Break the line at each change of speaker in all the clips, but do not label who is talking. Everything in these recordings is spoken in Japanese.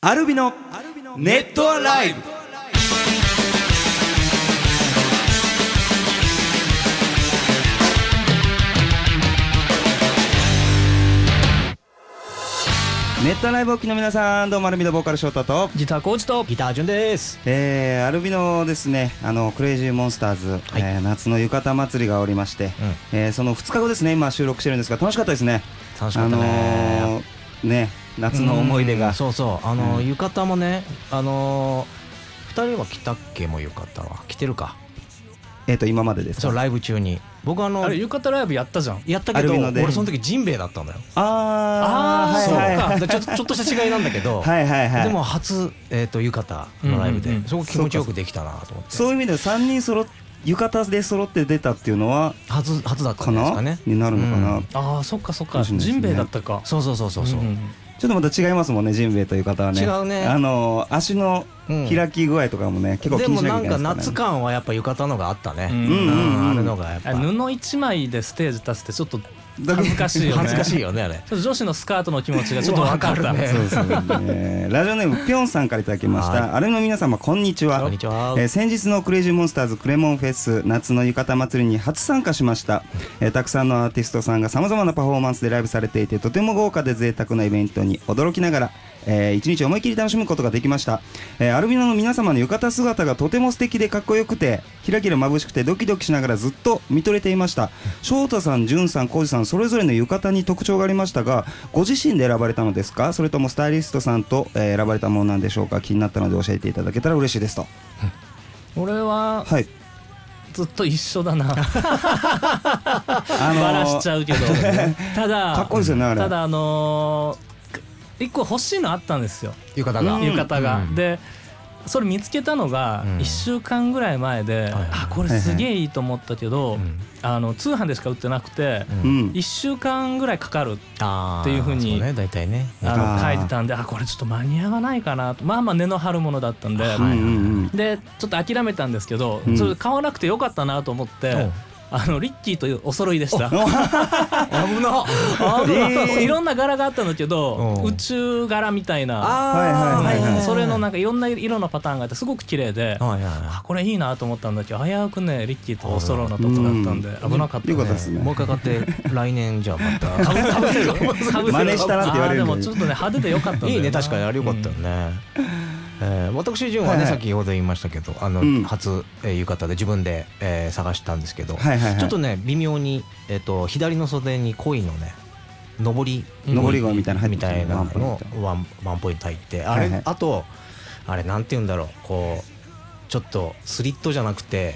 アルビのネットアライブネットアライブをお聞きの皆さんどうもアルビのボーカル翔太と
ギターコーチとギター順です。
えーアルビのですねあのクレイジーモンスターズ、
はい
えー夏の浴衣祭りがおりまして、えーその2日後ですね今収録してるんですが楽しかったですね
楽しかったね
あのーね夏の思い出
う
が
んそうそう、あの、
うん
浴衣もね、あのー。二人は着たっけもう浴衣は着てるか
えっ、と今までですか
そうライブ中に僕あの
あれ浴衣ライブやったじゃん
やったけ
ア
ど
ルミので
俺その時ジンベエだったんだよ
あーはいはい
そうかだからちょっとちょっとした違いなんだけど、
はいはいはい
でも初、えー、と浴衣のライブで、
うんうんうん
すごく気持ちよくできたなと思って
そういう意味では3人揃っ浴衣で揃って出たっていうのは
初初だった
か
んじゃ
な
ないですかね
になるのかな、
うん
ち
ああそっかそっ
か
か、
もしれないですね
ジンベエだったか
そうそうそうそうそう、
んん
ょっとまた違いますもんねジンベエという方はね
違うね
あの足の
うん
開き具合とかもね、結構気
で
に
も
しなきゃ
な
い
ん
けな
か
いです
夏
からね
感はやっぱ浴衣のがあったね、
う
う
ん
んうんうん
あるのがやっぱ
あれ布一枚でステージ立つってちょっと恥ずかしいよね
恥ずかしいよねあれ
ちょっと女子のスカートの気持ちがちょっと分かった
わかるね
そうですねラジオネームぴょんさんからいただきまし
は
たあれの皆様こんにちは
こんにちは
えー先日のクレイジーモンスターズクレモンフェス夏の浴衣祭りに初参加しました、えーたくさんのアーティストさんがさまざまなパフォーマンスでライブされていてとても豪華で贅沢なイベントに驚きながら、えー一日思いっきり楽しむことができました、えーアルビノの皆様の浴衣姿がとても素敵でかっこよくてキラキラ眩しくてドキドキしながらずっと見とれていました翔太さん、潤さん、浩二さんそれぞれの浴衣に特徴がありましたがご自身で選ばれたのですかそれともスタイリストさんと、えー選ばれたものなんでしょうか気になったので教えていただけたら嬉しいですと
俺は
はい
ずっと一緒だな
あのー
バラしちゃうけどただ
かっこいいですよねあれ
ただあのー、一個欲しいのあったんですよ
浴衣が、
うん
浴衣が、
うん
でそれ見つけたのが
うん
1週間ぐらい前で、
はいはい
あこれすげえいいと思ったけど、
うん
あの通販でしか売ってなくて、
う
う
んん
1週間ぐらいかかる
あー
っていう風に
そうね大体ね
あ
あ
の
ー
書いてたんであこれちょっと間に合わないかなとまあまあ根の張るものだったんで、
は
うんうんうん
でちょっと諦めたんですけど、
うん
それ買わなくてよかったなと思って、
うん
あのリッキーというお揃いでした。
危な
あの
えー
いろんな柄があったんだけど、
うん
宇宙柄みたいな、
あー
はいはいはいはい
それのなんかいろんな色のパターンがあってすごく綺麗で、
はいはいは
あこれいいなと思ったんだけど危うくねリッキーとお揃いのとこだったんで
うん
危なか った
よか
ね
ったです
い
ね
もう一回買って来年じゃあまたかぶかぶせる
かぶせ
真似したらって言われる
あー
の
で
に
もちょっとね派手でよかったんだよない
いね確かにあれよかったよね、えー私純は
はい
ね
はい
先ほど言いましたけどあの、
うん
初、えー浴衣で自分で、えー探したんですけど、
はいはいはい
ちょっとね微妙に、えー、と左の袖に恋のね上り
上り顔みたいなの入って
み
きて
た
る
いなの
ワン
の
ポイン
ワンワンポイント入ってあれ、
はいはい
あとあれなんて言うんだろうこうちょっとスリットじゃなくて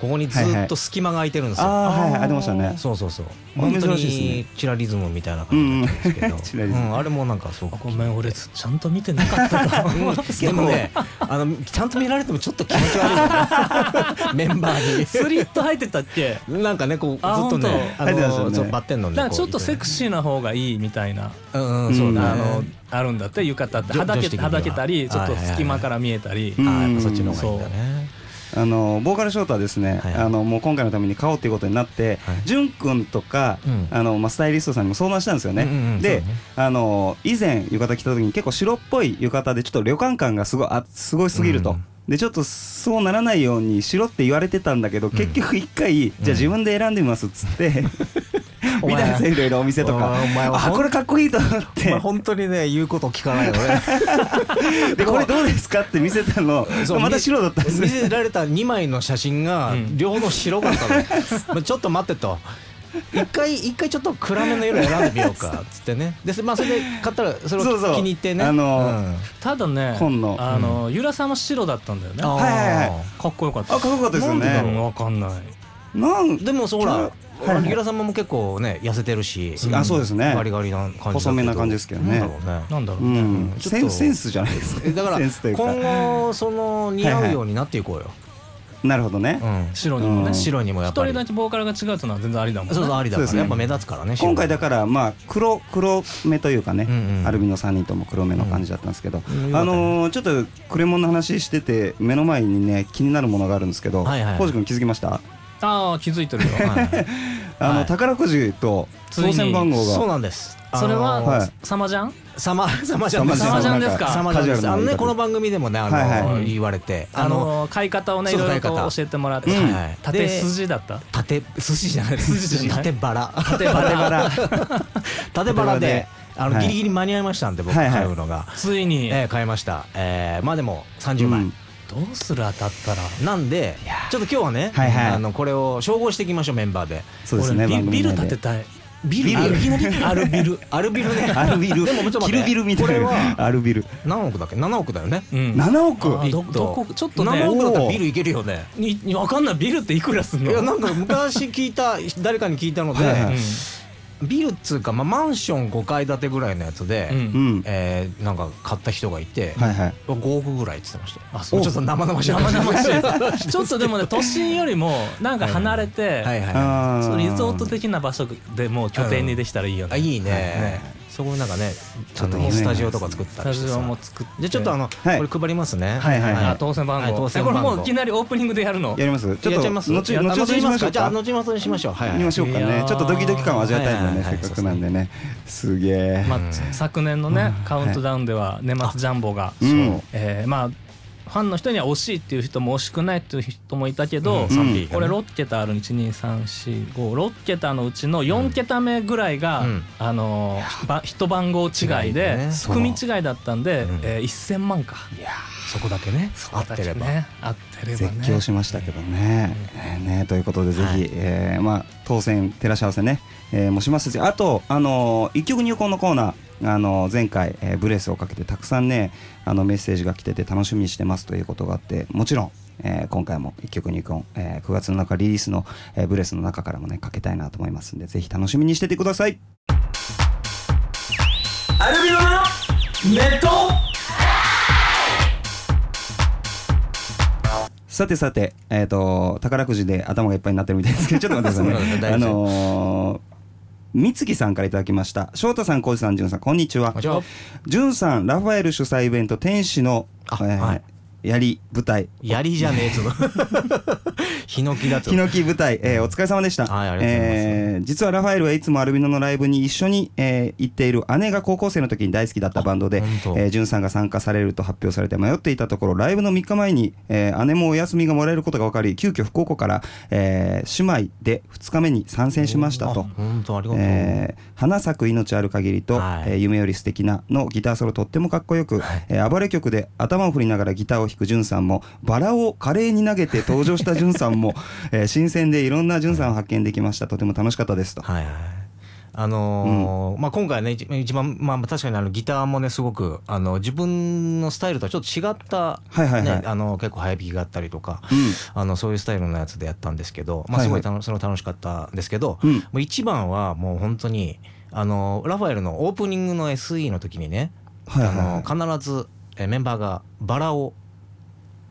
ここにず
はいは
っ
い
と隙間が空いてるんですよ、
あーはいはいありましたね
そうそうそう
あ
本当
珍しいですね
にチラリズムみたいな感じだったんですけど、
う
うんん
チラリズム
あれもなんかすごく
ごめん俺ちゃんと見てなかっ たな
でもね、あのちゃんと見られてもちょっと気持ち 悪いよねメンバー
スリット入ってたっけ
に。なんかねこうずっ
あ
とね
本当入ってましたよね
そうバッテンのね
なんかちょっとセク
シ
シーな方がいいみたいな、
ーうんうんそう
うん
だ
あ
あ
の
の
あるんだって浴衣ってはだ
女
け
子的に
は
は
だけたりちょっ
はい
と
はいはい
隙間から見えたり、
うん
あーやっぱそっちの方がいいんだね。
あのボーカルショートはですね、
はい
あのもう今回のために買おうということになって、
はい
じゅんくんとか、
うん
あのまあスタイリストさんにも相談したんですよね。
うんうんうん
で、
そうね
あの以前浴衣着た時に結構白っぽい浴衣でちょっと旅館感がすごいあすごいすぎると。
うん
でちょっとそうならないようにしろって言われてたんだけど、結局一回、じゃあ自分で選んでみますっつって、
お
見
前
たんですよいろいろお店とか
お前は
あこれかっこいいと思っ
お前
て
本当にね言うこと聞かないよね。
でこれどうですかって見せたの
そう
また白だったんです
見
ね
せられた2枚の写真が
うん
両方白かったの、まあちょっと待ってと一回一回ちょっと暗めの色選んでみようかっつってねで、まあ、それで買ったらそれを
そうそう
気に入ってね
あの
うん
ただね
紺の
あのゆらさんは白だったんだよね
あ
か
ー
はいはいは
っこよかった
あかっこよかったですよね
なんでだろうわかんない
なん
でもそうほら
はいはい
柳楽様も結構ね痩せてるし
うんあそうですね
ガリガリな感じだけど
細めな感じですけどね
なんだろうね
なんだろう
う
ね、
ん、
ちょ
セ
っと
ンセンスじゃないですか
えだから
センスというか
今後その似合うようになっていこうよ、
なるほどね、
うん
白にも
う
ね
ん
白にもや
一
っぱ
人
り
だけボーカルが違うとのは全然ありだもんね
そうそうありだか
そうですね
ら、やっぱ目立つからね
今回だ
白
からまあ黒黒目というかね、
うんうん
アルビの3人とも黒目の感じだったんですけど、
うん
あのーちょっとクレモンの話してて目の前にね気になるものがあるんですけど、
はいはい
浩司君気づきました
ああ気づいてるよ、
はい
あ
は
の
い
宝くじと当選番号
そう
が
なんです
それは、
はい
サマジャン
サマサマジャン
サマジャンですか
サマジャンですあのねこの
番
番組でもねあの、
はい
はい
言われて
あの買い方をねい
そう
ろいろ
買い
と
方
教えてもらって、
うん
はい
縦
で
筋だった
縦筋じゃない
筋じゃない
縦バラ
縦バラ
縦バラであの、
はい
ギリギリ間に合いましたんで僕
はいはい
買うのが、
ついに、
えー買いました、えーまあでも30枚、
うん
どうする当たったら
なんでちょっと今日はね、
はいはい
あのこれを照合していきましょうメンバーで
そうですね
俺
番組
ビビル
内で
建てたい
ビ
ル
あいきなりアルビルアルビルね
アルビル
でもちょっと待
キ
って
ルビルみた
これ
い
は
なアルビル
何億だっけ7億だよね
うん
7億
あど
ビット
どこちょっとね
7億だったら
おー
ビルいけるよね
ににわかんないビルっていくらす
い
んの
やなんか昔聞いた誰かに聞いたので、
はい
うん
は
ビルっつうか、まあ、マンション5階建てぐらいのやつで、
うん
うん
えーなんか買った人がいて、
はいはい
5億ぐらいって言ってました
あ
あ
そ
そううちょっと生々しい
生々しいちょっとでもね都心よりもなんか離れて、
はいはいは
あ
ちょっと
ー
リゾート的な場所でもう拠点にできたらいいよ
いあ
ね、
いいね、そこになんかね
ちょっと
あ
ね
のスタジオとか作った
ス
り
タ
し
ジ
て
オ
さ
も作って
じゃあちょっとあの、
はい
これ配りますね
はいはいはい
あ当選番号、
はい当選番号
えこれもういきなりオープンニングでやるの
やりますち
や
ょ
っ
っ
ちゃ
と
います
後
や
後
後
々
に
に
し
し
ま
ますしょ
か
う
じゃ
か
あ後々にしましょうはい、はい
見ましょうか
いや
ね
ー
ちょっとドキドキ感を味わいたいもんね
はいはい
せ
は
っ
い
かくなんでねすげえ
ま
うん
あ、昨年のねカウントダウンでは年末ジャンボが、
うん
えーまあファンの人には惜しいっていう人も惜しくないっていう人もいたけど、
うん
賛否
がね
これ6桁ある12345桁のうちの4桁目ぐらいが、
うん
あのーば一番号違
違
い
い
で
でね
組違いだったんで、
うん
えー1000万か
いやーそこだけね合ってれば、
ね合ってれば
絶
ね
叫しましたけどね。えーねということでぜひ、
はい
えーまあ、当選照らし合わせね、えーもしますしあと、あのー一曲入魂のコーナー、あのー前回、えーブレスをかけてたくさんねあのメッセージが来てて楽しみにしてますということがあってもちろん、えー今回も一曲入魂、えー9月の中リリースの、えーブレスの中からもねかけたいなと思いますんでぜひ楽しみにしててください。さてさて、えっ、と、宝くじで頭がいっぱいになってるみたいですけ ど、ちょっと待ってくださ
そうない
ね。
んだ
あ
大丈夫
のー、三月さんからいただきました。翔太さん、浩二さん、じゅんさん、こんにちは
こんにちは。
じゅんさん、ラファエル主催イベント、天使の、え
あ
ー
はい
やり舞台、
槍じゃねえぞ ヒノキだと
ヒノキ舞台、えーお疲れ様でした。
はいありがとうございます
えー実はラファエルはいつもアルビノのライブに一緒に、えー行っている姉が高校生の時に大好きだったバンドで
あ本、当
えー、ジュンさんが参加されると発表されて迷っていたところ、ライブの3日前に、えー姉もお休みがもらえることが分かり、急遽福岡から、えー姉妹で2日目に参戦しましたと。
本当ありがとう、
えー花咲く命ある限りと、
はい
えー夢より素敵なのギターソロとってもかっこよく、えー暴れ曲で頭を振りながらギターを弾くんさんもバラを華麗に投げて登場したんさんも、 えー新鮮でいろんなんさんを発見できましたとても楽しかったですと。
はいはいあのーまあ、今回ね一一番、まあ、確かにあのギターもねすごくあの自分のスタイルとはちょっと違った、
はいはいはい
ね、あの結構早弾きがあったりとか、
うん
あのそういうスタイルのやつでやったんですけど、まあ、
はいはい
すごい楽,、その楽しかったんですけど、
うん
もう一番はもう本当にあのラファエルのオープニングの SE の時にね、
はいはいはい
あの必ずえメンバーがバラを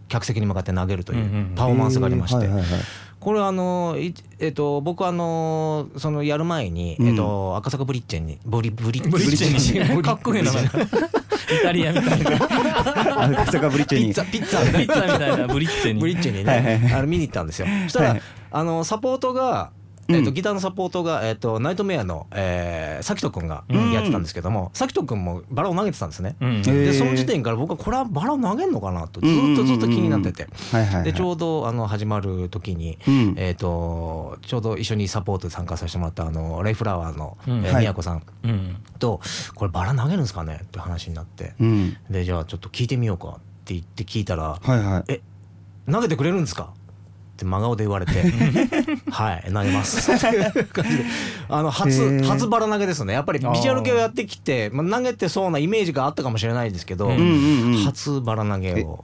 客席に向かって投げるとい
うんうん
うパフォーマンスがありまして、
えーはい はいはい
これあのいえっと僕あのそのやる前に、
うん
えっと赤坂ブリッジェンにブリブリ
ブリッジェ ンにかっこいい名前イ
ブリッジェン
タリアみ たいな
あ赤坂ブリッジ
ピ
ェ
ッ
に
ツァピッツ
ピッ
ァ
ツァみたいなブリッジェに
ブリッジェンに
はいはい
ねあの見に行ったんですよ。そしたら、
はい
あのサポートがえっとギターのサポートが、えっとナイトメアの、えー、サキト君が
ん
やってたんですけども、サキト君もバラを投げてたんですね。
うん
えへー
でその時点から僕はこれはバラを投げんのかなとずっとずっと気になってて、
はいはいはい
でちょうどあの始まる時に、
うん
えー、とちょうど一緒にサポートで参加させてもらったあのレイフラワーの、
うん
えー
はい
宮子さん
うん
とこれバラ投げるんですかねって話になって、
うん
でじゃあちょっと聞いてみようかって言って聞いたら
はいはい
え投げてくれるんですかって真顔で言われ て「はい投げます」っていう感じであの
へ
初
ー
初バラ投げですねやっぱりビジュアル系をやってきてまあ、投げてそうなイメージがあったかもしれないですけど、
うん
うんうんうん
初バラ投げを。
えー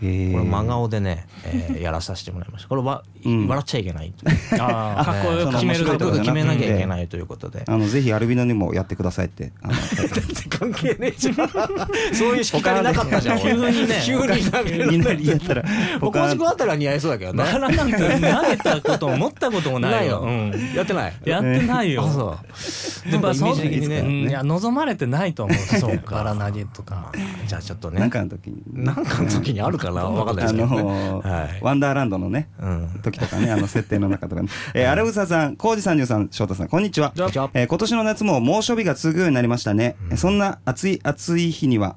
これ真顔でね、えーやらさせてもらいましたこれは、
うん
笑っちゃいけない
あーかっこよく決め
と
る
い
というう
こ
ことと
じゃ
決
なくて
めなきゃいけないということで。
あのぜひアルビノにもやってくださいって あの
関係ねえじゃん。そういうしきたりなかったじゃん。
他のね
俺
急にね
急に投げる
みんなにやったら
僕
他
もしくあたりは似合いそうだけど
バ
ね。
ラなんて投げたことも持ったこともないようん
やってない。
やってないよ
あそう。
でまあ
なんかイメー
そ
ジ
う
的にね
うんいや 望まれてないと思うそうバラ投げとか
じゃあちょっとね。
なんかの時に
なんかの時にあるかかなわかんないで
あ
すけど、ね。
のー
はい
ワンダーランドのね
うん。
時とか ねあの設定の中とかね、えー、アルブサさん浩二三十さん翔太さんこんにちは
じゃあ
えー今年の夏も猛暑日が続くようになりましたね、そんな暑い暑い日には、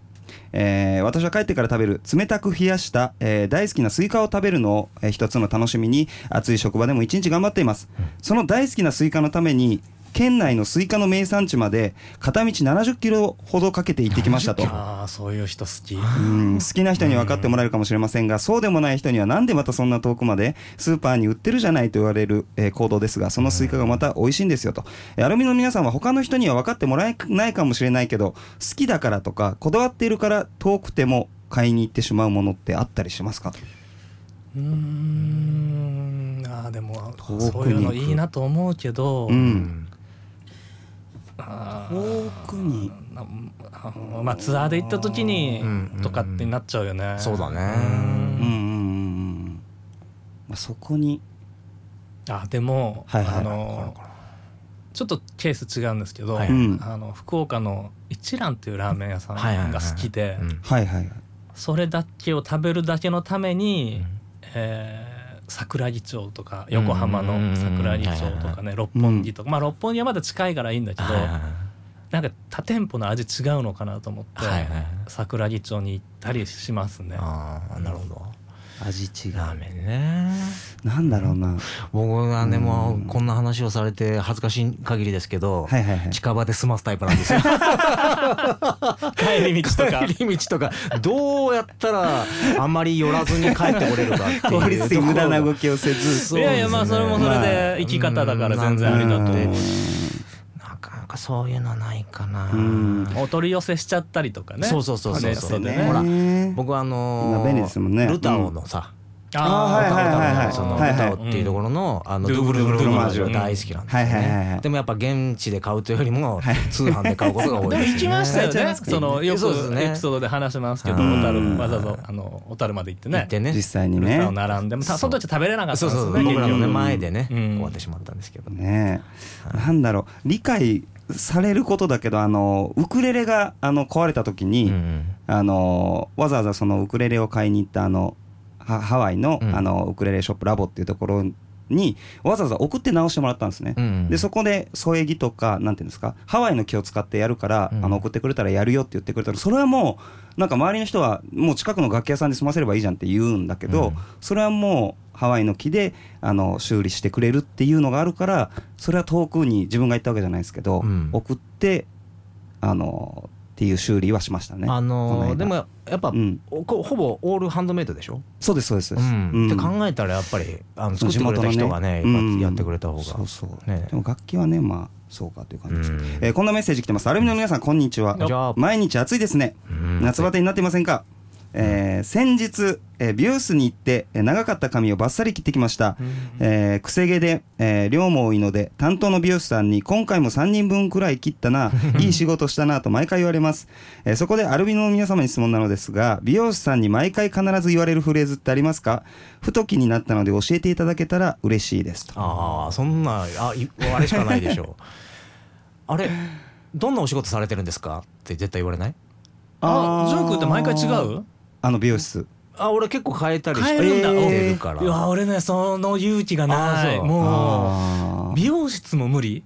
えー私は帰ってから食べる冷たく冷やした、えー大好きなスイカを食べるのを、えー一つの楽しみに暑い職場でも一日頑張っています、その大好きなスイカのために県内のスイカの名産地まで片道70キロほどかけて行ってきましたと
ああそういう人好き
うん好きな人に分かってもらえるかもしれませんが、そうでもない人にはなんでまたそんな遠くまでスーパーに売ってるじゃないと言われる、えー行動ですがそのスイカがまた美味しいんですよと、えーアルミの皆さんは他の人には分かってもらえないかもしれないけど好きだからとかこだわっているから遠くても買いに行ってしまうものってあったりしますか
うーんあーでも
遠くに行く
そういうのいいなと思うけど、
う
うんん。
あー
遠くに
なあまあツアーで行った時に
うん
とかってなっちゃうよね、
そうだね
うんうんうんうんまあそこに
あでも、
はいはい
あのちょっとケース違うんですけど、
はい
うん
あの福岡の一蘭っていうラーメン屋さ
はいはいはい
んが好きで
うん
はいはい
それだけを食べるだけのた
う
めに、
ん
えー桜木町とか横浜の桜木町
うんうんうんうん
と
はい
かね六本木とか、まあ六本木はまだ近いからいいんだけど、
はいはい
なんか他店舗の味違うのかなと思って、
はいはい。
桜木町に行ったりしますね。
ああ、なるほど。
味違う
ラーメンね。
なんだろうな
僕がね、も
うん
うこんな話をされて恥ずかしい限りですけど、
はい はいはい
近場で済ますタイプなんですよ。
帰り道とか
帰り道とか、どうやったらあんまり寄らずに帰ってこれるかっていうところが。
効率的無駄な動きをせず
そう
い
ですね
やいやまあそれもそれで生き方だから全然ありだと
うん
思う
なかなかそういうのないかな。
うん
お取り寄せしちゃったりとかね
そうそうそうそうそう。
ね
ほら、
ね
僕はあ
ま
の
あ便利ですもんね
ルタオのさ、
あーはいはいはいはい
その
はいはい
ルタオっていうところの、あの
ド
ド
ゥ
ゥブ
ブル
ル
ド
ドゥブ
ゥブル
ル
の
の
マージュ
が大好きなんです
はい
よ
はいはいは
ね
い。
でもやっぱ現地で買うというよりも通販で買うことが多い
でも
です
行きましたよ
ね
ねそのよく
そうですね
エピソードで話しますけど
う
小
ん
樽わざわざあの小樽まで行って
行
ね
ってね。
実際に
ルタを
ね
並んでもたその時は食べれなかった
そ
ん
う
です
そ
よ
う、
ね
僕らのね
結局
前でね、
うん
終わってしまったんですけどね。
ねえなんだろう理解されることだけどあのウクレレがあの壊れた時
う
に、
ん
あのわざわざそのウクレレを買いに行ったあのハハワイの,、
うん
あのウクレレショップラボっていうところにわざわざ送って直してもらったんですね、
うん
でそこで添え木とかなんていうんですかハワイの木を使ってやるから、
うん
あの送ってくれたらやるよって言ってくれたらそれはもうなんか周りの人はもう近くの楽器屋さんで済ませればいいじゃんって言うんだけど、
うん
それはもうハワイの木であの修理してくれるっていうのがあるからそれは遠くに自分が行ったわけじゃないですけど、
うん
送ってあのっていう修理はしましたね。
あ
この
のー
間
でもやっぱ、
うん
おこほぼオールハンドメイドでしょ、
そうですそうですそう
う
です、
ん、って
え
考えたらやっぱりあの作ってくれた人がねやってくれた方が、
そうそう、
ね
でも楽器はねまあそうかという感じですけど、
うん
えーこんなメッセージ来てますアルミの皆さんこんにちは
こんにちは
毎日暑いですね、
うん
夏バテになっていませんか、えー先日、えー美容室に行って、えー長かった髪をバッサリ切ってきました、えー、くせ毛で、えー量も多いので担当の美容師さんに今回も3人分くらい切った ないい仕事したなと毎回言われます、えーそこでアルビノの皆様に質問なのですが美容師さんに毎回必ず言われるフレーズってありますか不と気になったので教えていただけたら嬉しいですと
ああそんなあいあれしかないで しょあれどんなお仕事されてるんですかって絶対言われない
あ
ー
ジョークって毎回違う
あの美容室
あ俺結構変えたりして
変えるんだ
てるから、
いや俺ねその勇気がな
あ
い
そう
も
あ
う
ー
美容室も無理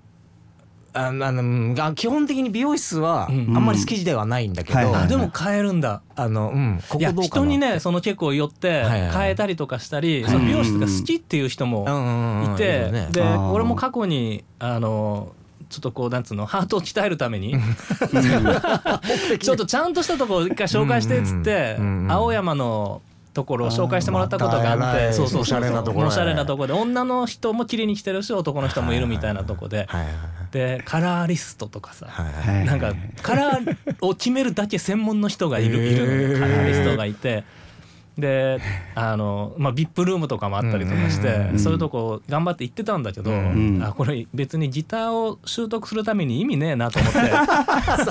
あのあのあ基本的に美容室はあ
うん
んまり好きではないんだけど、
はいはい
あでも変えるんだ
あのうんここど
い
う
や
かな
人にねその結構寄っ
はい
て
はいはい
変えたりとかしたり、
はい
その美容室が好きっていう人も
うんうんうん
いて、
るね
で
あー
俺も過去にあのちょっとこうなんつうのハートを鍛えるため にちょっとちゃんとしたとこを一回紹介してっつって、
うんうんうん
青山のところを紹介してもらったことが
ま
あった
偉い
て、そうそうそう
おしゃれなところ
おしゃれなところで女の人も切りに来てるし男の人もいるみたいなとこで、
はいはいはい
でカラーリストとかさ、
はい
はい
なんかカラーを決めるだけ専門の人がいるいるのよカラーリストがいてであの、まあ、VIP ルームとかもあったりとかして、
うん
うん
そういうとこ頑張って行ってたんだけど、
うん
あこれ別にギターを習得するために意味ねえなと思って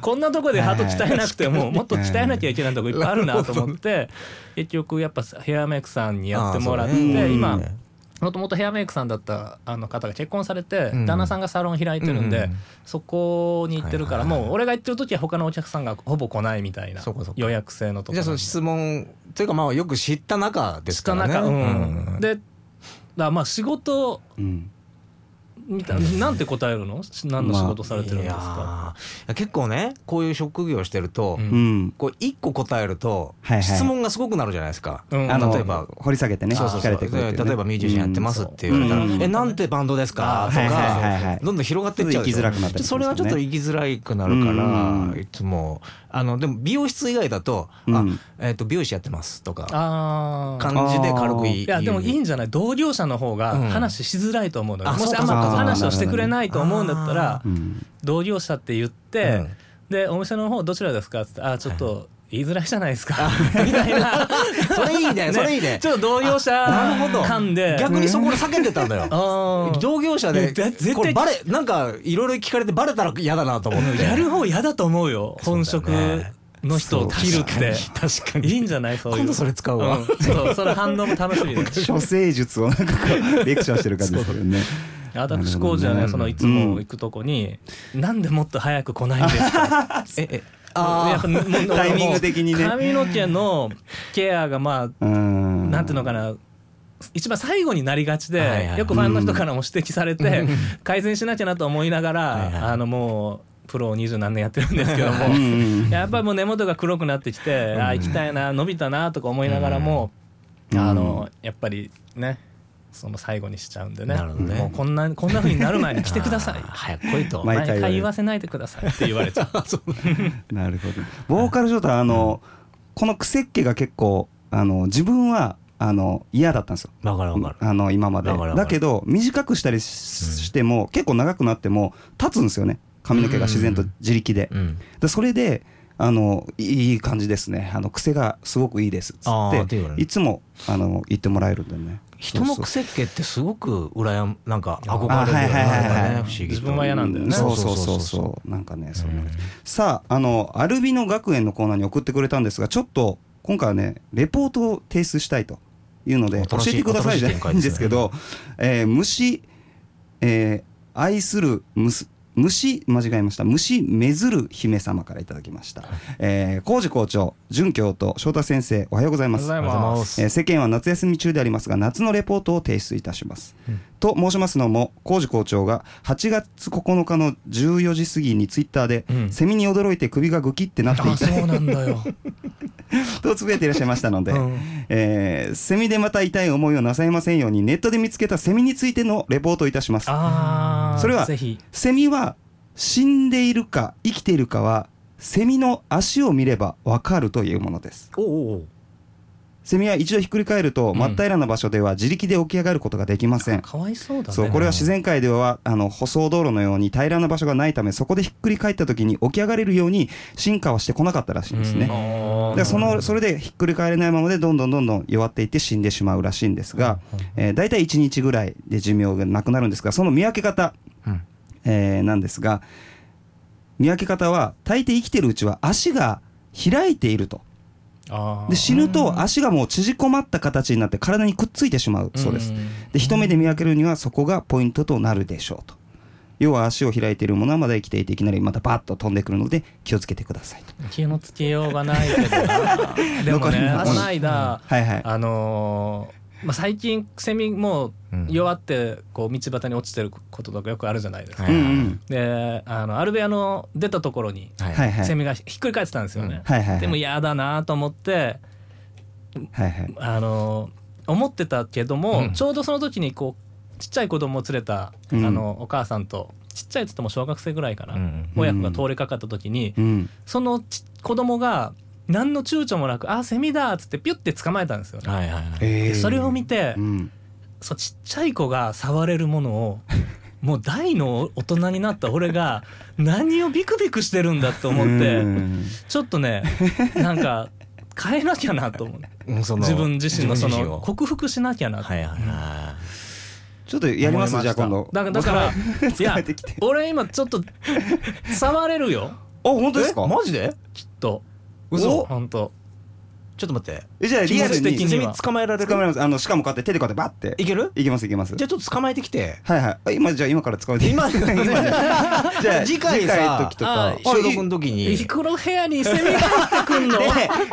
こんなとこでハート鍛えなくてももっと鍛えなきゃいけないとこいっぱいあるなと思って結局やっぱヘアメイクさんにやってもらって、
あーそうね
今
うん
もともとヘアメイクさんだったあの方が結婚されて、
うん
旦那さんがサロン開いてるんで、
うんうん
そこに行ってるから、
はいはいはい
もう俺が行ってる時は他のお客さんがほぼ来ないみたいな
そうかそうか
予約制のとこ
じゃ
ろ
あその質問というかまあよく知った中です
した
からね
中、うん
うん
でだからまあ仕事
うん
みたいななんて答えるの何の仕事されてるんですか、
いやーいや結構ねこういう職業してると、
うん
うん
こう一個答えると
はいはい
質問がすごくなるじゃないですか、
うん
あの
例えば
掘り下げてね
そうそう
聞か
そう
れてくるっていうね
例えばミュージシャンやってますって言われたら
う
「
んうん
えなんてバンドですか?」
あ
と
ー
か、
はいはいはいはい
どんどん広がっていっちゃうでし
ちょっと行きづ
ょ
らくなったりしますよ
そ
ね
れはちょっと行きづらくなるから、
うんうん
いつもあのでも美容室以外だと「
う
あ
ん
えー、と美容師やってます」とか
あー
感じで軽く言い
いやでもいいんじゃない同業者の方が
うん
話しづらいと思うのよ、
あ
も
そう
し
か
あんま
そうか
話をしてくれないと思うんだった
あ
ら
ー
うん
同業者って言って、
うん
でお店の方どちらですかって言ってあーちょっと言いづらいじゃないですか みたいな
それいいねそれいいね
ちょっと同
な
業
る
者
ほど
感で
逆にそこで避けてたんだよ
あー
同業者で
いや絶対
これバレなんかいろいろ聞かれてバレたら嫌だなと思って
やる方嫌だと思うよ
そうだよね
本職の人を切るって
確か
いいんじゃないそういう
今度それ使うわ
ん そうその反応も楽しみ だし
処世術をなんかこうレクチャーしてる感じですよね。
私工事は
なるほど
ね
ね
そのいつも行くとこに「なんでもっと早く来ないんですか?」
ええ
や
あ
っぱ
ー
もう俺も
タイミング的にね
髪の毛のケアがまあ
うん
なんていうのかな一番最後になりがち
はいはい
で
はい
よくファンの人からも指摘されて改善しなきゃなと思いなが
はいはい
らあのもうプロを二十何年やってるんですけども
うんうん
やっぱりもう根元が黒くなってきてあー行きたいな伸びたなとか思いながらも
うん
あのやっぱりねその最後にしちゃうんでね
なるほどね
もうこんなこんな風になる前に来てください
あー早く来いと
毎回
毎回言わせないでくださいって言われちゃう
なるほど。ボーカルショートはあのこの癖っ気が結構あの自分はあの嫌だったんですよ。
わかるわかる
あの今まで
わかるわかる
だけど短くしたりししても、結構長くなっても立つんですよね髪の毛が自然と自力で,、
うん
でそれであのいいい感じですねあの癖がすごくいいですっつ
あー
っ
っ
てて
いうのね
いつもあの言ってもらえるんだよね
人の
そうそう
癖っ気ってすごく羨むなんか憧
あ
れるよね
はいはいはいはい
なんかね不思議と
自分は嫌なんだよね
そうそうそうそうなんかねそう
うん
さああのアルビノ学園のコーナーに送ってくれたんですがちょっと今回はねレポートを提出したいというので教
新しい
えてくださいじゃ
新しい展
な
開
いん
ですね
ですけどえー虫えー愛するむす虫間違えました虫めずる姫様からいただきましたえー浩二校長准教と翔太先生おはようございます
おはようございます
えー世間は夏休み中でありますが夏のレポートを提出いたします、と申しますのも浩二校長が8月9日の14時過ぎにツイッターで、
うん
セミに驚いて首がグキってなっていた
そうなんだよ
とつぶやいていらっしゃいましたので、
うん
えーセミでまた痛い思いをなさいませんようにネットで見つけたセミについてのレポートをいたします
あー
それは
ぜひ
セミは死んでいるか生きているかはセミの足を見ればわかるというものです
おうおう
セミは一度ひっくり返ると
ん
真っ平らな場所では自力で起き上がることができません、
かわいそうだね
そうこれは自然界ではあの舗装道路のように平らな場所がないためそこでひっくり返った時に起き上がれるように進化はしてこなかったらしいんですね。
あ
で
ー
そのそれでひっくり返れないままでどんどんどんどん弱っていって死んでしまうらしいんですが、えー、大体1日ぐらいで寿命がなくなるんですがその見分け方、
うん
えーなんですが見分け方は大抵生きてるうちは足が開いていると
あー
で死ぬと足がもう縮こまった形になって体にくっついてしまうそうです。で一目で見分けるにはそこがポイントとなるでしょうと要は足を開いているものはまだ生きていていきなりまたバッと飛んでくるので気をつけてくださいと
気のつけようがないけ どなでもね
残り
この間
はいはい
あのーまあ、最近セミも
うん
弱ってこう道端に落ちてることとかよくあるじゃないですか。
は
う
い
んうん
であのアルベアの出たところに
はい
はいはい
セミがひっくり返ってたんですよね。
はいはい
でも嫌だなと思って
はいはい
あの思ってたけども、
うん
ちょうどその時にこうちっちゃい子供を連れた、
うん
あのお母さんとちっちゃいっつっても小学生ぐらいかな、
うん
親子が通りかかった時に、
うん
そのち子供が何の躊躇もなく「あセミだ」っつってピュッて捕まえたんですよね。
はいはいはい
え
でそれを見て、
うん
そうちっちゃい子が触れるものをもう大の大人になった俺が 何をビクビクしてるんだと思っ
う
て
ん
ちょっとねなんか変えなきゃなと思って
うんその
自分自身のそ
自分自身
の
を
克服しなきゃな
はいはいは
ちょっとやります
思い
じゃあ
した
今度
だからだから い
や
や
ってきて
俺今ちょっと触れるよ
あ本
いえマジで
きっと
嘘
本当
ちょっと待って
えじゃあリアル
気持ち
に
的
捕
セミ捕まえられる
まえますあのしかもこうやって手でこうやってバッて
いける
いけますいけます
じゃあちょっと捕まえてきて
はいはいあ今じ ゃあ今から使う
今
じゃあ
次回さ
の時とか
あ収録の時に
ヒクロヘアにセミが入ってく んの
で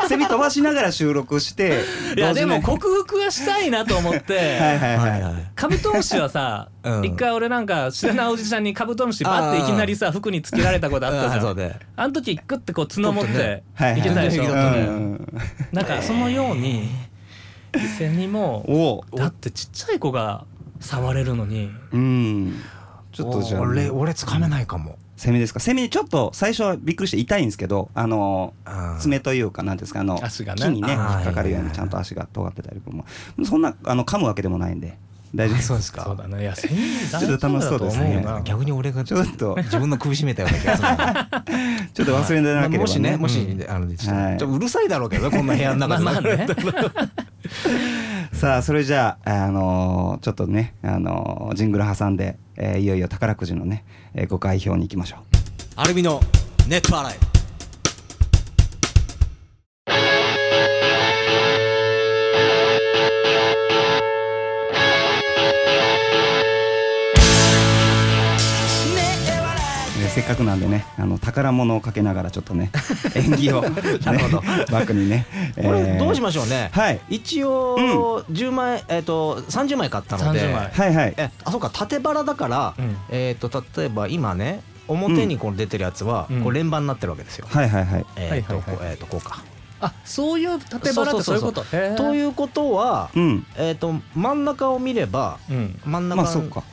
セミ飛ばしながら収録して
いや
同時
で
に
も克服はしたいなと思っ
はい
て
はい
は
はいい
はい
カブトムシはさ
うん
一回俺なんか知らないおじさんにカブトムシバッていきなりさ服につけられたことあったじ
あ
ゃ
そうんで
あの時グッてこう角持っ
取ってね
て
はいはい
いけたでしょ
全然いけたね
うん
なんかそのようにセミも
おう
だってちっちゃい子が触れるのに
うんちょっとじゃあ
俺俺つかめないかも、
セミですかセミちょっと最初はびっくりして痛いんですけどあの
うん
爪というかなんていうんですかあの
足がね
木にね引
あー
っかかるよう
は
に
いはいはい
ちゃんと足が尖ってたりもそんなあの噛むわけでもないんで大丈夫
あ
です
そうですか
そうだねいやセミ大
ちょ
丈
っと
夫
楽しそ
だ
う
と
です
思
ね
うな
逆に俺が
ちょっと
自分の苦しめたような気 がするな
ちょっと忘れなければ、ね
もしねもし、
うん
あのちょっと
はい
ちょっとうるさいだろうけどねこんな部屋の中
まあ
で
まあね
さあそれじゃあ、あのーちょっとね、あのージングル挟んで、えーいよいよ宝くじのね、えーご開票に行きましょう
アルミのネット洗い
えーせっかくなんでねあの宝物をかけながらちょっとね演技を、ね、バックにね、
これどうし
ま
ましょうね、
はい
一応10枚、えっと30枚買ったので
30枚
はいはい
えあそうか縦バラだから、
うん
えっと例えば今ね表にこの出てるやつは、
うん
こう連番になってるわけですよ、
はいはいはい
えっと
はいはいはい
こうえっとこうか
あそういう縦バラってそういうことへー
ということは、
うん
えっと真ん中を見れば
うん
真ん中、
まあそうか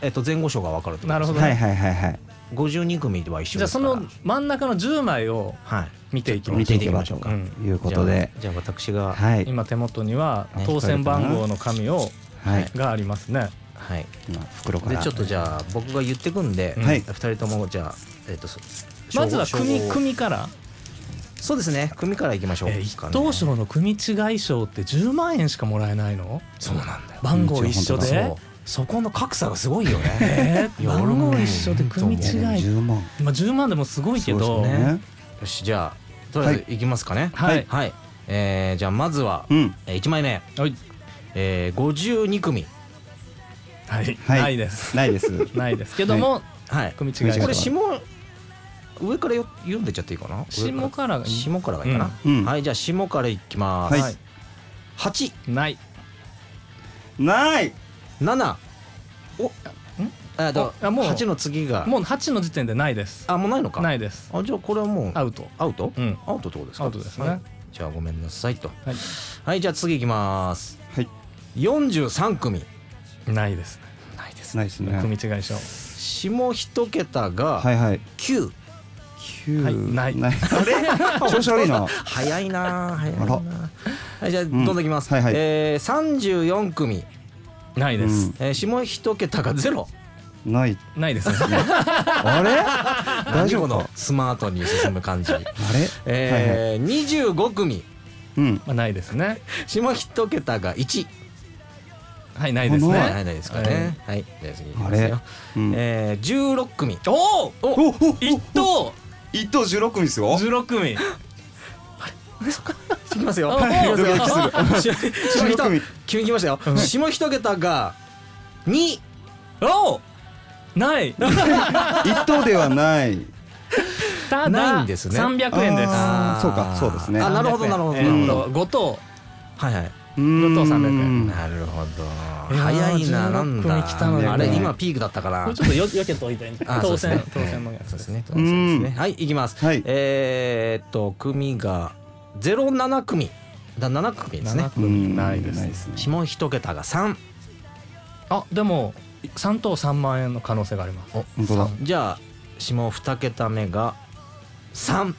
えっと前後賞が分かるってこと
な
で
る
す
ほ
ね
ど
はい
ね
はいはいはい
52組では一緒
じゃ
で
あ
すから
その真ん中の10枚を
はい
見ていきま
見
してょう
いけばと
うん
いうことで
じゃあじゃあ私がはい、
はい
今手元には
ね
当選番号の紙を
はい
がありますね
今袋か
で
ら
ちょっとじゃあ僕が言ってくんで、
はい
2人ともじゃあえっ、とそ
まずは
称号
組
称号
組から
そうですね組からいきましょう、
え一等賞の組違い賞って10万円しかもらえないの
そうなんだよ
番号一
そ
緒
う
で
そこの格差がすごいよね
え
い
ー
や俺も
番号一緒で組違
いやでも
い
10万
まあ10万でもすごいけ
そ
ど
うですね
よしじゃあとりあえずいきますかね
はい
はい、えーじゃあまずは、
うん
えー、1枚目、
はい
えー、52組
はい
はい
ないです
ないです
ないですけども
はい
組違い
こ
組違
れ
い賞
賞
下上からよ読んでっちゃっていいかな
下
上
から
下からがいいかな、
うんうん
はいじゃあ下からいきます、
はい
八
ない
ない
七おえっと
あもう
八の次が
もう8の時点でないです
あもうないのか
ないいです
あじゃあこれはもう
アウト
アウト
うん
アウトってことですか
アウトですね
はいじゃあごめんなさいと
はい
はいじゃあ次いきます
はい
四十三組
ないです
ないです
ないですね
組違い賞
下一桁
は
が
いはい
九
9
はいない
ないあれ 調子悪いな
早いな早い
あら
なはいじゃあどんどんいきます
はいはい
え三十四組
ないです
うん
えー下一桁がゼロ
ない
ないですね
あれ大丈夫
何こ
か
のスマートに進む感じ
あれはいはい
えー25組
うん
まあないですね
下一桁が1
はいないです
は
ね
い
はいないですかねはいじゃあ次いきますよ
うん
えー16組
おお
おお
一等
一等十六組です よ
十六組
いきますよ
おお
いきますよ
ド
下一
16組
急に来ましたよ
ん
下一桁が2
おない
一等ではない
な
た
い
だ
んですね
三百円です
あーそう
あ
か
ー
そうですね
あ
う
なるほどなるほど
えーっ
なる
と五等
はいはい
ーん
後藤さんだけ
なるほど
いや
早
ー
いな
16
なん
組来たの
に
だあれ今ピークだったから
こ れちょっとよ避けといて
あ
当選
そう
当
です
選
ね
のやつ
そう
で
ですす
ね
ね当選で
う
す
ん
ねはい行きます
はい
えーっと組が07組だ7組ですね
7組ないで
ないですすね
下一桁が3
あでも三等三万円の可能性があります
本当だ
じゃあ下二桁目が3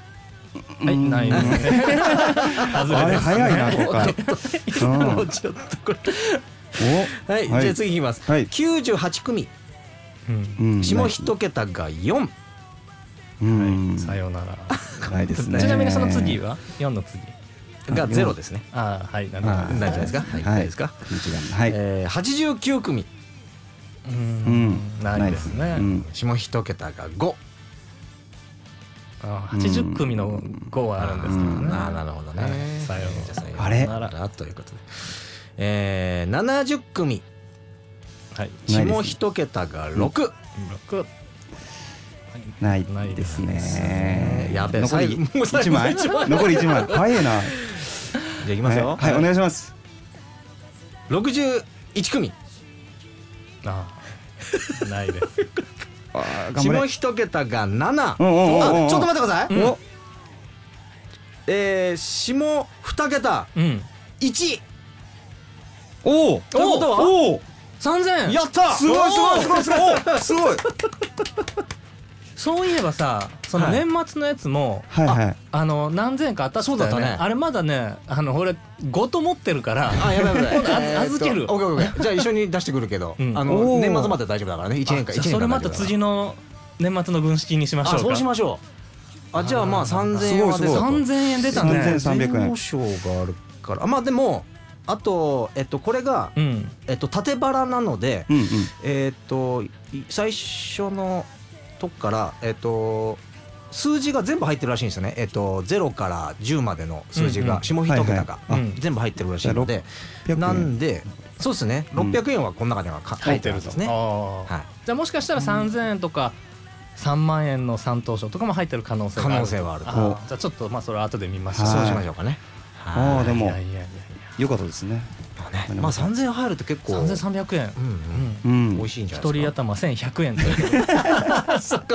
はいないですね
あ
外
れ
れです
早いなこ こからうん
もうちょっとこ
お
れはいじ
はい
ゃあ次いきます
はい
98組
うん
うん
下一桁が4
うん
さようなら
ないですね
ちなみにその次は四の次
が0ですね
あーはいなる
あー
ほど
ないじゃないですかはい
はい
ないですか
一番はい
えー89組
う
うんん
ないですね
うん
下一桁が5
あー80組の5はあるんですけど
うん
ね
ああなるほどね
はい
さようなら
さよう
あれ
ならということで、えー、70組
はい
ないです
下一桁が6、
六
ないですね。
やべえ
残り
最後もう最
一
後
枚。
一枚
残り一枚。早いな。
じゃあいきますよ
はい、はいお願いします。
61組
ああないです
あー頑張
下
れ。
一桁が7
うんうんうんうん
あちょっと待ってください、
うん
えー、下二桁
うん
1
おお。
ということは
おお。
三千
やった
すごいすごいすごいす ごい。すごい。
そういえばさその
はい
年末のやつも、
はいはい。
あの何千か当たってたよ、ね、
そうだったね
あれまだねあの俺5と持ってるから
あやばいやばい
今度あ
えーっと
預ける
オッケーオッケーじゃあ一緒に出してくるけど、
うん
あ
お
の
ー
年末まで大丈夫だからね一年間
あ
一
じゃあそ
年間
れまた
大丈夫だから
辻の年末の分式にしましょうか
あそうしましょうあじゃあまあ3000円は
す
出
ごいすご
たと
い
3000円出たね
3300円
保証があるからあまあでもあとえっとこれが、
うん
えっと、縦バラなので
うんうん。
えっとい最初のとこからえっと数字が全部入ってるらしいんですよね、えっと、0から10までの数字
うん
が、
うん
下一桁が、
はいはい
うん全部入ってるらしいので
600円
なんでそうですね
うん
600円はこの中にはか入ってるんですね、
あー
はい、
じゃあもしかしたら3000円とか3万円の三等賞とかも入ってる可能性があ
可
る
能性はある
あーじゃあちょっとまあそれは後で見ましょう
はい
そうしましょうかね
ああで
も
い
も
やいやいやいや
良かったですね。
ねまあ3000円入ると結構
3300円
うん
う
うん
ん
うん。
美味しいんじゃない
一人
ですか
頭1100円ということで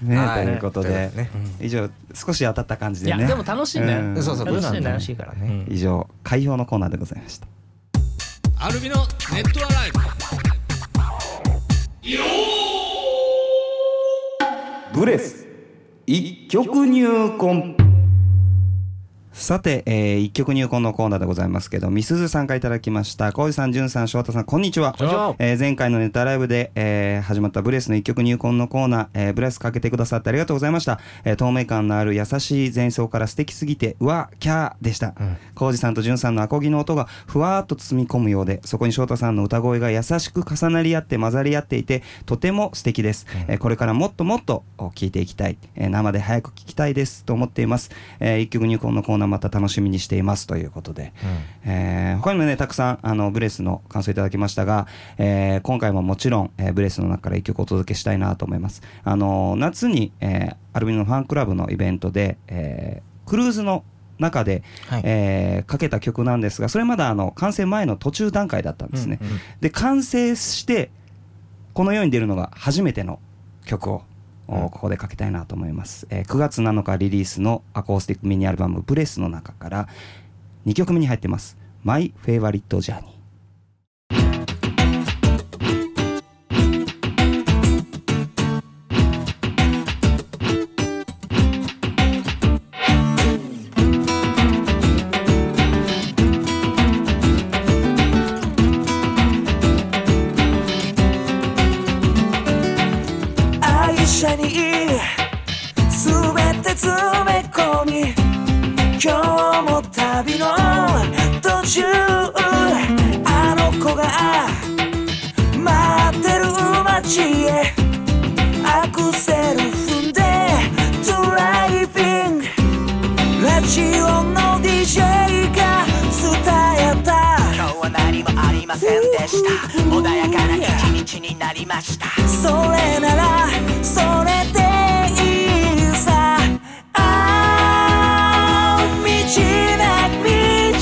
ね
はい
ということ
という
で
ことでね
以上少し当たった感じ
い
で
や
ね
でも楽しいね
うん
そうそう
楽しいね
楽しいから
う
ね
ん
以上開票のコーナーでございました
アルビのネットアライブ
ブレス一曲入魂さて、えー、一曲入魂のコーナーでございますけど、みすずさんからいただきました。浩二さん、じゅんさん、翔太さん、こんにちは。
こんにちは
えー前回のネタライブで、えー始まったブレスの一曲入魂のコーナー、えーブレスかけてくださってありがとうございました。えー透明感のある優しい前奏から素敵すぎて、うわ、キャーでした。浩二さんとじゅんさんのアコギの音がふわーっと包み込むようで、そこに翔太さんの歌声が優しく重なり合って混ざり合っていて、とても素敵です。えーこれからもっともっと聴いていきたい、えー生で早く聴きたいですと思っています。えー一曲入魂のコーナーまた楽しみにしていますということで、えー他にもねたくさんあのブレスの感想いただきましたが、えー今回ももちろん、えーブレスの中から一曲お届けしたいなと思います。あの夏に、えーアルビノのファンクラブのイベントで、えークルーズの中で、
はい
えーかけた曲なんですがそれまだあの完成前の途中段階だったんですね。で完成してこの世に出るのが初めての曲を、おここでかけたいなと思います、えー9月7日リリースのアコースティックミニアルバム「ブレス」の中から2曲目に入ってます「My Favorite Journey」
愛車に全て詰め込み今日も旅の途中あの子が待ってる街へアクセル踏んでドライビングラジオの DJ が伝えた
今日は何もありませんでした穏やかな一日になりました
それならそれでいいさああ道なき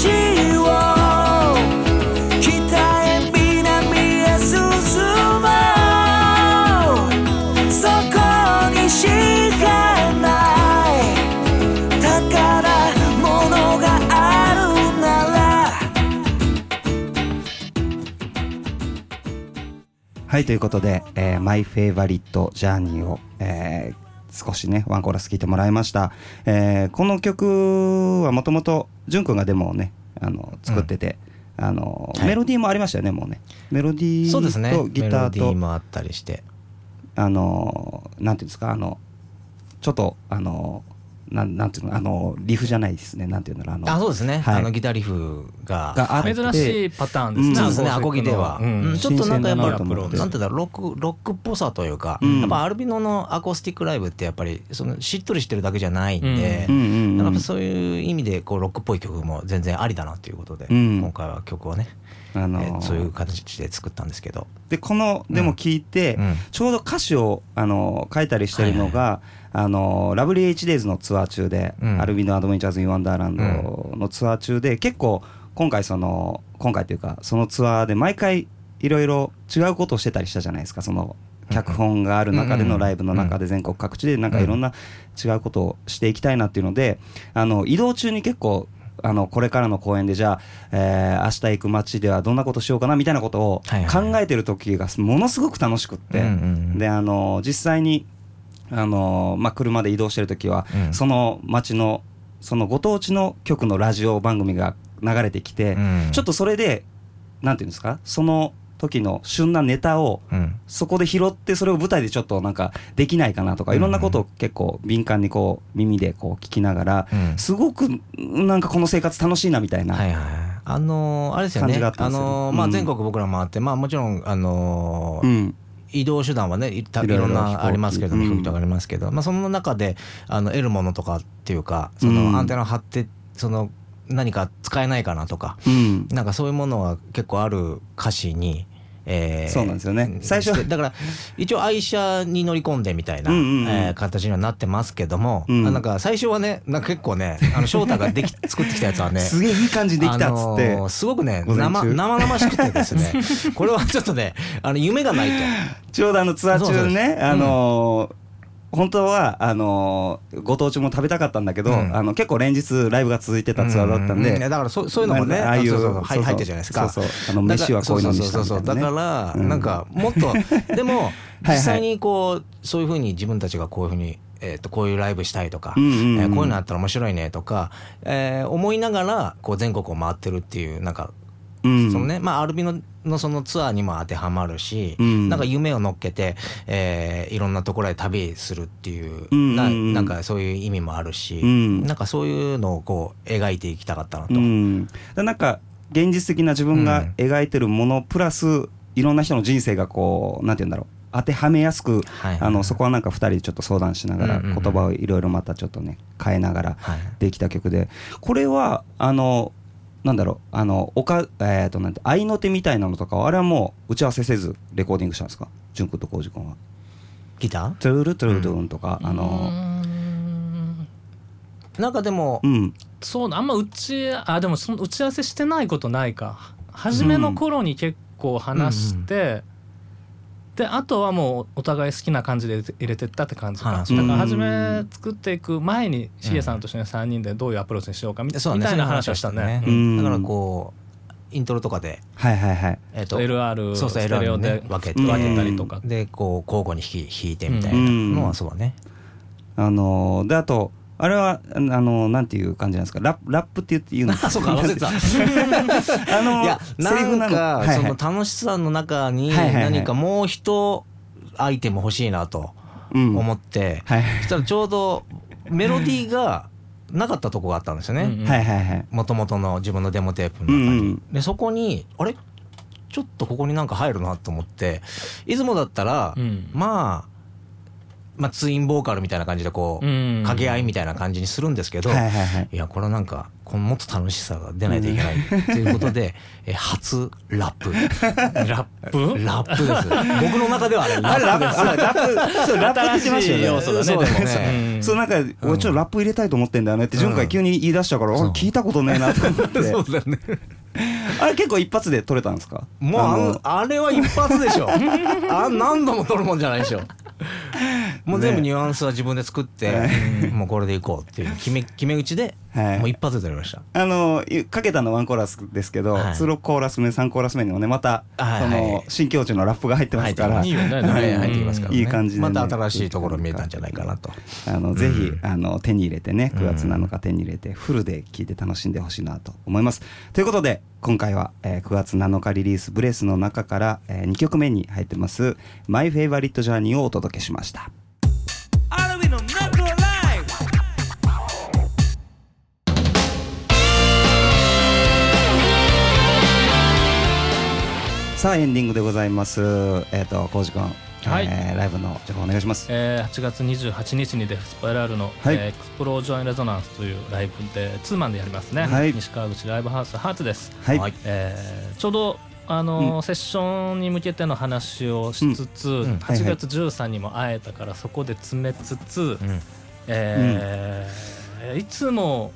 道を北へ南へ進もうそこにしかない宝物があるなら
はいということで「えー My Favorite Journey を」えー少しねワンコーラス聴いてもらいました、えーこの曲はもともと潤くんがデモをねあの作ってて、あのメロディーもありましたよねもうねメロディ
そうです
ー
ね
とギター
メロディ
と、
ーもあったりして
あのなんていうんですかあのちょっとあのなんなんていうのあのリフじゃないですねなんていうんだろうあの
あそうですね、
はい
あのギターリフが
があって
珍しいパターンですね。
うん
そうですね、ア
アコ
コ
ギ
ギ
で
で
は
は、
うん
ちょっとなんかやっぱ
新鮮だ
り
なと思って
なんていうんだろうロックロックっぽさというか、
うん
やっぱアルビノのアコースティックライブってやっぱりそのしっとりしてるだけじゃないんで、
うんうんう
やっ
ん
ぱそういう意味でこうロックっぽい曲も全然ありだなということで、
うん
今回は曲をね、
あの
えーそういう形で作ったんですけど、
でこのでも聞いて、
うん
ちょうど歌詞をあの書いたりしてるのが、あのラブリー HDays のツアー中で、
うん
アルビノアドベンチャーズ・イン・ワンダーランドのツアー中で、結構今回その今回というかそのツアーで毎回いろいろ違うことをしてたりしたじゃないですかその脚本がある中でのライブの中で全国各地でなんかいろんな違うことをしていきたいなっていうのであの移動中に結構あのこれからの公演でじゃあ、えー明日行く街ではどんなことしようかなみたいなことを
はいはい
考えてる時がものすごく楽しくって、
うんうんうん
であの実際にあの、まあ、車で移動してる時は、
うん
その街のそのご当地の局のラジオ番組が流れてきて、
うん
ちょっとそれでなんていうんですかその時の旬なネタを
うん
そこで拾ってそれを舞台でちょっとなんかできないかなとか
うん
いろんなことを結構敏感にこう耳でこう聞きながら
うん
すごくなんかこの生活楽しいなみたいな、
はいはいはいあのーあれですよ
感じ
ね
があ
あ
ったんですよ
のーま
う
あ
ん
全国僕ら回って、まあもちろんあのー
うん、
移動手段はねいた
い
い
ろいろ
ろん
飛行
な
機
ありますけれど
う
も
ん
飛行機とかありますけど、まあ、その中であの得るものとかっていうかそ
うん
のアンテナを張ってその何か使えないかなとか
うん、
なんかそういうものは結構ある歌詞に。えー
そうなんですよね最初は
してだから一応愛車に乗り込んでみたいな、
うんうんうん
えー形にはなってますけども、
うん
あなんか最初はねなんか結構ねあの翔太ができ作ってきたやつは ね
すげえいい感じにできたっつって、
あのーすごくね
午前
生
中
生々しくてですねこれはちょっとねあの夢がないと。
ちょうどあのツアー中
そうそう
ね
で、す
あのー本当はあのーご当地も食べたかったんだけど、
うん
あの結構連日ライブが続いてたツアーだったんで、
うういやだからそうそういうのもね、
まあああいう
そうそうそう
そう
はい
そう
入ってるじゃないですか。
そうそうあの飯はこういうのにしたみたいなね
だからそうそうそうそうだから、
うん
なんかも っとでも
はい
実際にこうそういうふうに自分たちがこういうふうにえっとこういうライブしたいとか。
うんうんうん
えーこういうのあったら面白いねとか、えー思いながらこう全国を回ってるっていうなんか
うん
そのね、まあ、アルビノのそのツアーにも当てはまるし、
うん
なんか夢を乗っけて、えーいろんなところへ旅するっていう、
うん
な
うんうん
なんかそういう意味もあるし、
うん
なんかそういうのをこう描いていきたかったなと。
うん、だからなんか現実的な自分が描いてるものプラス、いろんな人の人生がこうなんて言うんだろう当てはめやすく、
はい
あのそこはなんか2人でちょっと相談しながら、
うんうんうん
言葉をいろいろまたちょっとね変えながら
はい
できた曲でこれはあのなんだろうあのおかえー、となんて合いの手みたいなのとかはあれはもう打ち合わせせずレコーディングしたんですか潤君と浩司君は。
ギタ
トゥルトゥルドゥンとか、あの
ーなんかでも、
うん
そうだあんま打ちあでもその打ち合わせしてないことないか初めの頃に結構話して、であとはもうお互い好きな感じで入れてったって感じか、
はい
だから
うん
初め作っていく前にシゲさんと一緒に3人でどういうアプローチにしようかみ,、
そうだね
たいな話をしたね
そういう話をし
う
たね
ん
だからこうイントロとかで、
はいはいはい。
えっ
うん
と
LR
そう
ス
そう
テレ
LR
オ
にね
で
分けて
うん
分けたりとか、
でこう交互に弾き弾いてみたいなのはそうだね。
あのであとあれはあのなんていう感じなんですかラップラップって言って 言うの
あそうか忘れてた
あの
いや
セリフ
な
な
ん
の
か
はい
そ
はい
の楽しさの中に
はいはいはい
何かもう一アイテム欲しいなと
うん
思って
はい
そしたらちょうどメロディーがなかったとこがあったんですよ
うん
ね
はいはいはい
もともとの自分のデモテープ
う
の中に。
ん
でそこにあれちょっとここになんか入るなと思っていつもだったら
うん
まあまあツインボーカルみたいな感じでこう
うん
掛け合いみたいな感じにするんですけ
う
ど
んはいはいはい
いやこれはなんかこのもっと楽しさが出ないといけないということ で、え初ラップ
ラップ
ラップ です僕の中ではあれ
あれラ
ラッ
ップ
プ
あれラッ プそうラップって言ってましたよ
新し
ね
い要素だね
そう
でも
そう
ね
うん
そうなんか、俺ちょっとラップ入れたいと思ってんだよねって
うん
潤回急に言い出したから、
そう
俺聞いたことねえなと思って
そうだよね
あれ結構一発で取れたんですか
もうあ
の
のあれは一発で しょあ何度も撮るもんじゃないでしょもう全部ニュアンスは自分で作って、もうこれでいこうっていう決め決め打ちで、
はい
もう一発で撮りました
あのいかけたのワンコーラスですけど、
はい
ツーロコーラス目3コーラス目にもねまた、
はい
その新境地のラップが入ってますから、
入ってますはい入っていますから、ね、
いい感じでね
また新しいところ見えたんじゃないかなと
あのぜひ、
うん
あの手に入れてね9月
うん
7日手に入れて、フルで聴いて楽しんでほしいなと思います。ということで今回は、えー9月7日リリース「ブレス」の中から、え2曲目に入ってます「マイ・フェイバリット・ジャーニー」をお届けしました。
アルビのネットライブ
さあエンディングでございますえっ、と浩司君、
はい
えーライブの情報お願いします
えー8月28日にデフスパイラルの、
はい
えーエクスプロージョン・レゾナンスというライブでツーマンでやりますね、
はい
西川口ライブハウスハーツです、
はい、
はい
えーちょうどあのーセッションに向けての話をしつつ、
んうん
はい
8月13にも会えたからそこで詰めつつ、
うん
えーいつも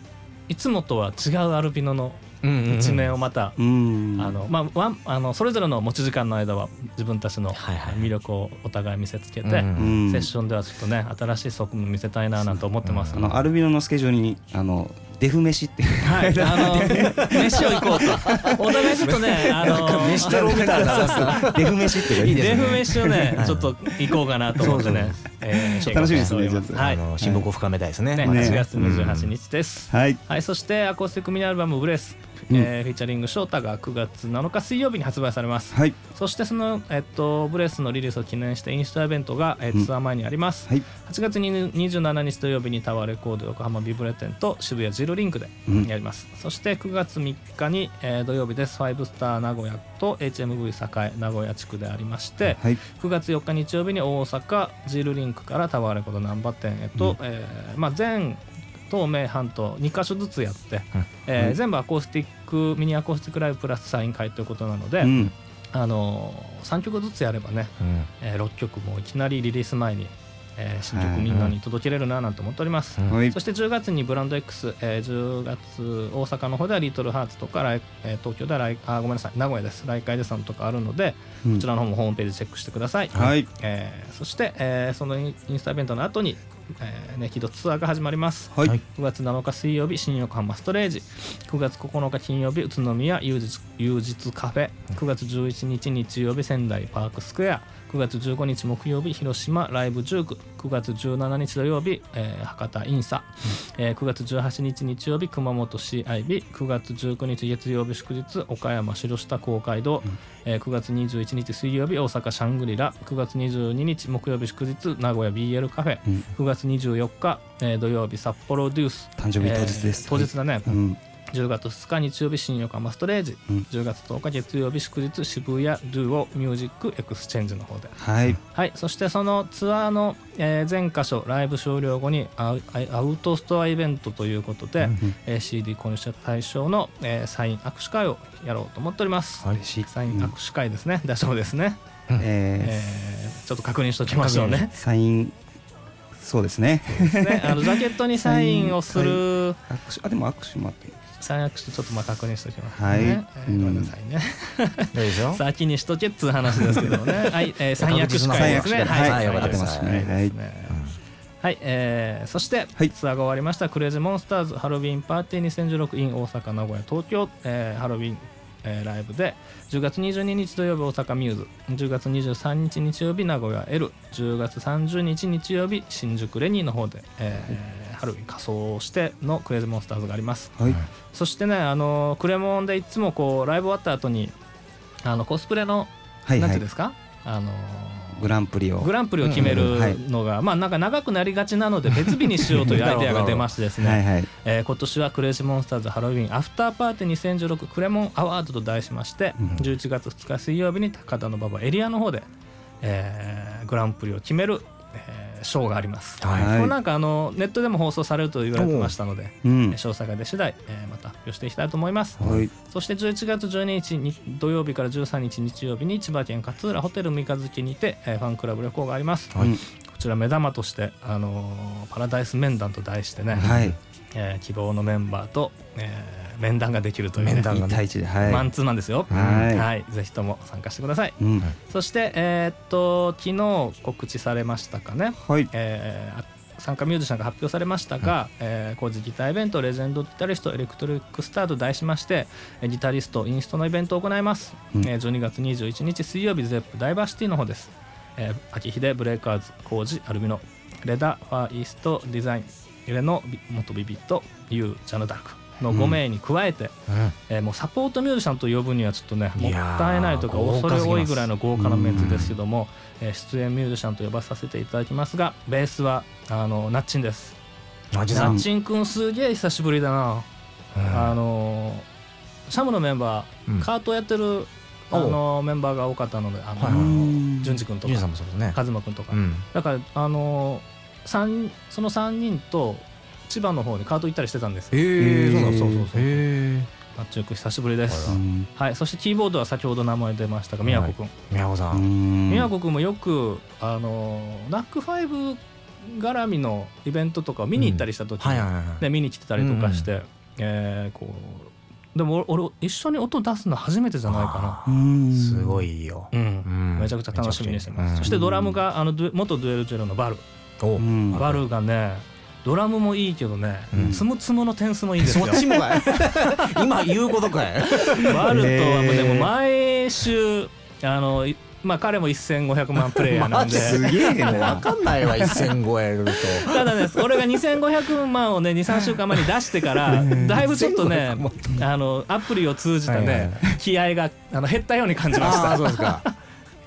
いつもとは違うアルビノの
うんうんうん
一面をまた、
うん
あのまあ、ワンあのそれぞれの持ち時間の間は自分たちの
はいはい
魅力をお互い見せつけて、
うん
うん
セッションではちょっとね新しい側面見せたいななんて思ってます、
あのアルビノのスケジュールにあのデフ飯って いう
はい、あの飯を行こう とお互いちょっとねあの
飯テロみたいな
デフ飯っていうのがいい
デ
ね
フ飯をねちょっと行こうかなと思ってねえー計画しており
楽しみですね
は
あ
い
の親睦を深めたいですね
ね
ね
8月28日です、
はい
はい、そしてアコースティックミニアルバム「ブレス」
うん
えーフィーチャリング翔太が9月7日水曜日に発売されます
はい
そしてその、えっと、ブレスのリリースを記念してインスタイベントが、えー
うん
ツアー前にあります、
はい
8月27日土曜日にタワーレコード横浜ビブレ店と渋谷ジルリンクで
うん
やります、そして9月3日に、えー土曜日ですファイブスター名古屋と HMV 栄名古屋地区でありまして、
はい
9月4日日曜日に大阪ジルリンクからタワーレコード難波店へと、えーまあ、全東名半島2カ所ずつやって、えー全部アコースティックミニアコースティックライブプラスサイン会ということなので、
うん
あの3曲ずつやればね、
うん
え6曲もいきなりリリース前に、えー新曲みんなに届けれるななんて思っております、
うん
はい
そして10月にブランド X、えー10月大阪の方ではリトルハーツとか、来えー東京では来あごめんなさい名古屋です来海でさんとかあるので
うん
こちらの方もホームページチェックしてください、
はい
えーそして、えーそのインインスタイベントの後に、えー、ネキドツアーが始まります、
はい
はい
9月7日水曜日新横浜ストレージ9月9日金曜日宇都宮有日有日カフェ9月11日日曜日仙台パークスクエア9月15日木曜日広島ライブ199月17日土曜日、えー博多インサ、えー9月18日日曜日熊本 CIB9 月19日月曜日祝日岡山城下公会堂、えー9月21日水曜日大阪シャングリラ9月22日木曜日祝日名古屋 BL カフェ、
うん
9月24日、えー土曜日札幌デュース
誕生日当日です
えー当日だね、
うん
10月2日日曜日新横浜ストレージ、
うん
10月10日月曜日祝日渋谷ドゥオミュージックエクスチェンジの方で
はい
はいそしてそのツアーの、えー全箇所ライブ終了後にアウアウトストアイベントということで、えー CD 購入者対象の、えーサイン握手会をやろうと思っております、
嬉しい
サイン握手会ですね、大丈夫ですね、
え
えーちょっと確認しときましょうね
ーサインそうですね
ねあのジャケットにサインをする
握手あでも握手もあって
サイン握手ちょっとまあ確認しときますね、
はい
えーごめんなさいね、
大丈夫ですよ
先にしとけっつう話ですけどね。はい、えー、三役司会ですね。
三役司会
はい、
はいよかった
三役
で
司
す
会
はい
ですねはい、えーそして、
はい
ツアーが終わりましたクレイジーモンスターズハロウィンパーティー2016 in 大阪名古屋東京、えーハロウィン、えーライブで10月22日土曜日大阪ミューズ10月23日日曜日名古屋 L10 月30日日曜日新宿レニーの方で、えーハロウィン仮装をしてのクレイジーモンスターズがあります
はい
そしてねあのクレモンでいつもこうライブ終わった後にあのコスプレの
はい
なん
は
てい
いう
ですかあの
グランプリを
グランプリを決め
うんうんはい
るのが、まあなんか長くなりがちなので別日にしよう というアイデアが出ましてですね、
はいはい
えー今年はクレイジーモンスターズハロウィンアフターパーティー2016クレモンアワードと題しまして、11月2日水曜日に高田の馬場エリアの方で、えーグランプリを決める、えーショーがあります、
はい
はい
これなんかあのネットでも放送されると言われてましたので、
うん
詳細が出次第、えーまた発表していきたいと思います、
はい
そして11月12日に土曜日から13日日曜日に千葉県勝浦ホテル三日月にて、えーファンクラブ旅行があります、
はい
こちら目玉として、あのーパラダイス面談と題してね、
はい
えー希望のメンバーと、えー面談ができるというね、
面談がね一対一ではい
マンツーマンですよ
はい
ぜひとも参加してください
うん
そしてえーっと昨日告知されましたかね
はい
えーあ参加ミュージシャンが発表されましたが、えー工事ギターイベントレジェンドギタリストエレクトリックスターと題しましてえーギタリストインストのイベントを行います、
うん
えー12月21日水曜日ゼップダイバーシティの方です、えー秋秀ブレイカーズ工事アルミノレダファーイーストデザインレノビ元ビビットユージャヌダルクの5名に加えて、えーもうサポートミュージシャンと呼ぶにはちょっとねも
い
っ
やー
たいないとか
豪華すぎ
恐
ま
れ
す
多いぐらいの豪華なメンツですけども、えー出演ミュージシャンと呼ばさせていただきますがベースはあのナッチンです
マジさ
ナ
ん
ッチンくんすげえ久しぶりだな、
うん
あのーシャムのメンバー、
うん
カートやってる
お
あ
う
のメンバーが多かったのであの、
はいはい
うん
淳二君と
ジュンさ
か
んもそうだね
和真君とか、
うん
だからあの三その3人と千葉の方にカート行ったりしてたんですよ
え
ー
え
そう
そ
な
う
だ
んそうそうそうえ
マッチューク久しぶりです
う、ん
はい、そしてキーボードは先ほど名前出ましたが宮古君、
え宮古さ
うんん
宮古君もよくあのナックファイブ絡みのイベントとかを見に行ったりした時
はい
に、
はいはい
で見に来てたりとかして、えーこうでも俺一緒に音出すの初めてじゃないか
うん
すごいよ
な、うん
うん
めちゃくちゃ楽しみにしてます、
うん
そしてドラムがあのドゥ元デュエルジェロのバル
お
うん
バルがねドラムもいいけどね、
うん
つむつむの点数もいいんです
そ
よ
っちもかい 今言うことか い
バルトはもうで
へ
も
ー
毎週あのいまあ彼も1500万プレイヤー なんで
マジ
すげえ
わ
な
かんないわ1000超えると
ただね俺が2500万をね23週間前に出してからだいぶちょっとねあのアプリを通じた
はいはい
ね気合があの減ったように感じまし
ああ
た
ー。そうです か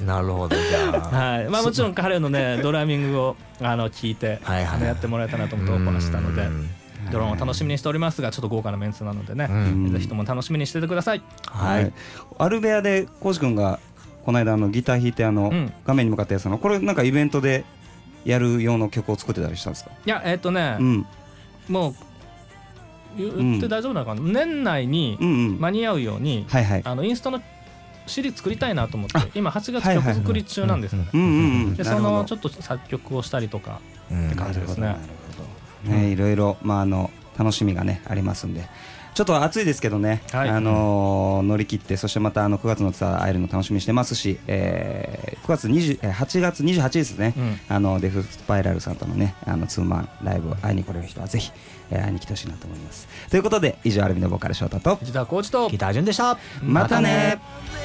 なるほどじゃあ
はいまあ、もちろん彼のねドラミングをあの聞いて、
はいはい
ねやってもらえたらと思ってオープンしたので
うん
ドローンを楽しみにしておりますがちょっと豪華なメンツなのでね、
うん
ぜひとも楽しみにしててください。
はい、
アルベアでコウジ君がこの間あのギター弾いてあの
うん
画面に向かってやつのこれなんかイベントでやる用の曲を作ってたりしたんですか
いやえっ、とね、
うん
もう言って大丈夫なのかな、年内に
うんうん
間に合うように、
はいはい
あのインスタの CD 作りたいなと思って
あ
今8月
はいはいは
曲
い
作り中なんですよね、
うんうんうん
で
な
そ
るほど
のちょっと作曲をしたりとか
うん
感じですね
なるほどね、いろいろ、まあ、あの楽しみがねありますんでちょっと暑いですけどね、
はい
あのー乗り切ってそしてまたあの9月のツアー会えるの楽しみにしてますし、えー、9月20えー8月28日ですね、
うん
あのデフスパイラルさんとのねあのツーマンライブを会いに来れる人はぜひ、えー会いに来てほしいなと思いますということで以上アルビのボーカル翔太と
ギターコーチと
ギター順でした
またね
「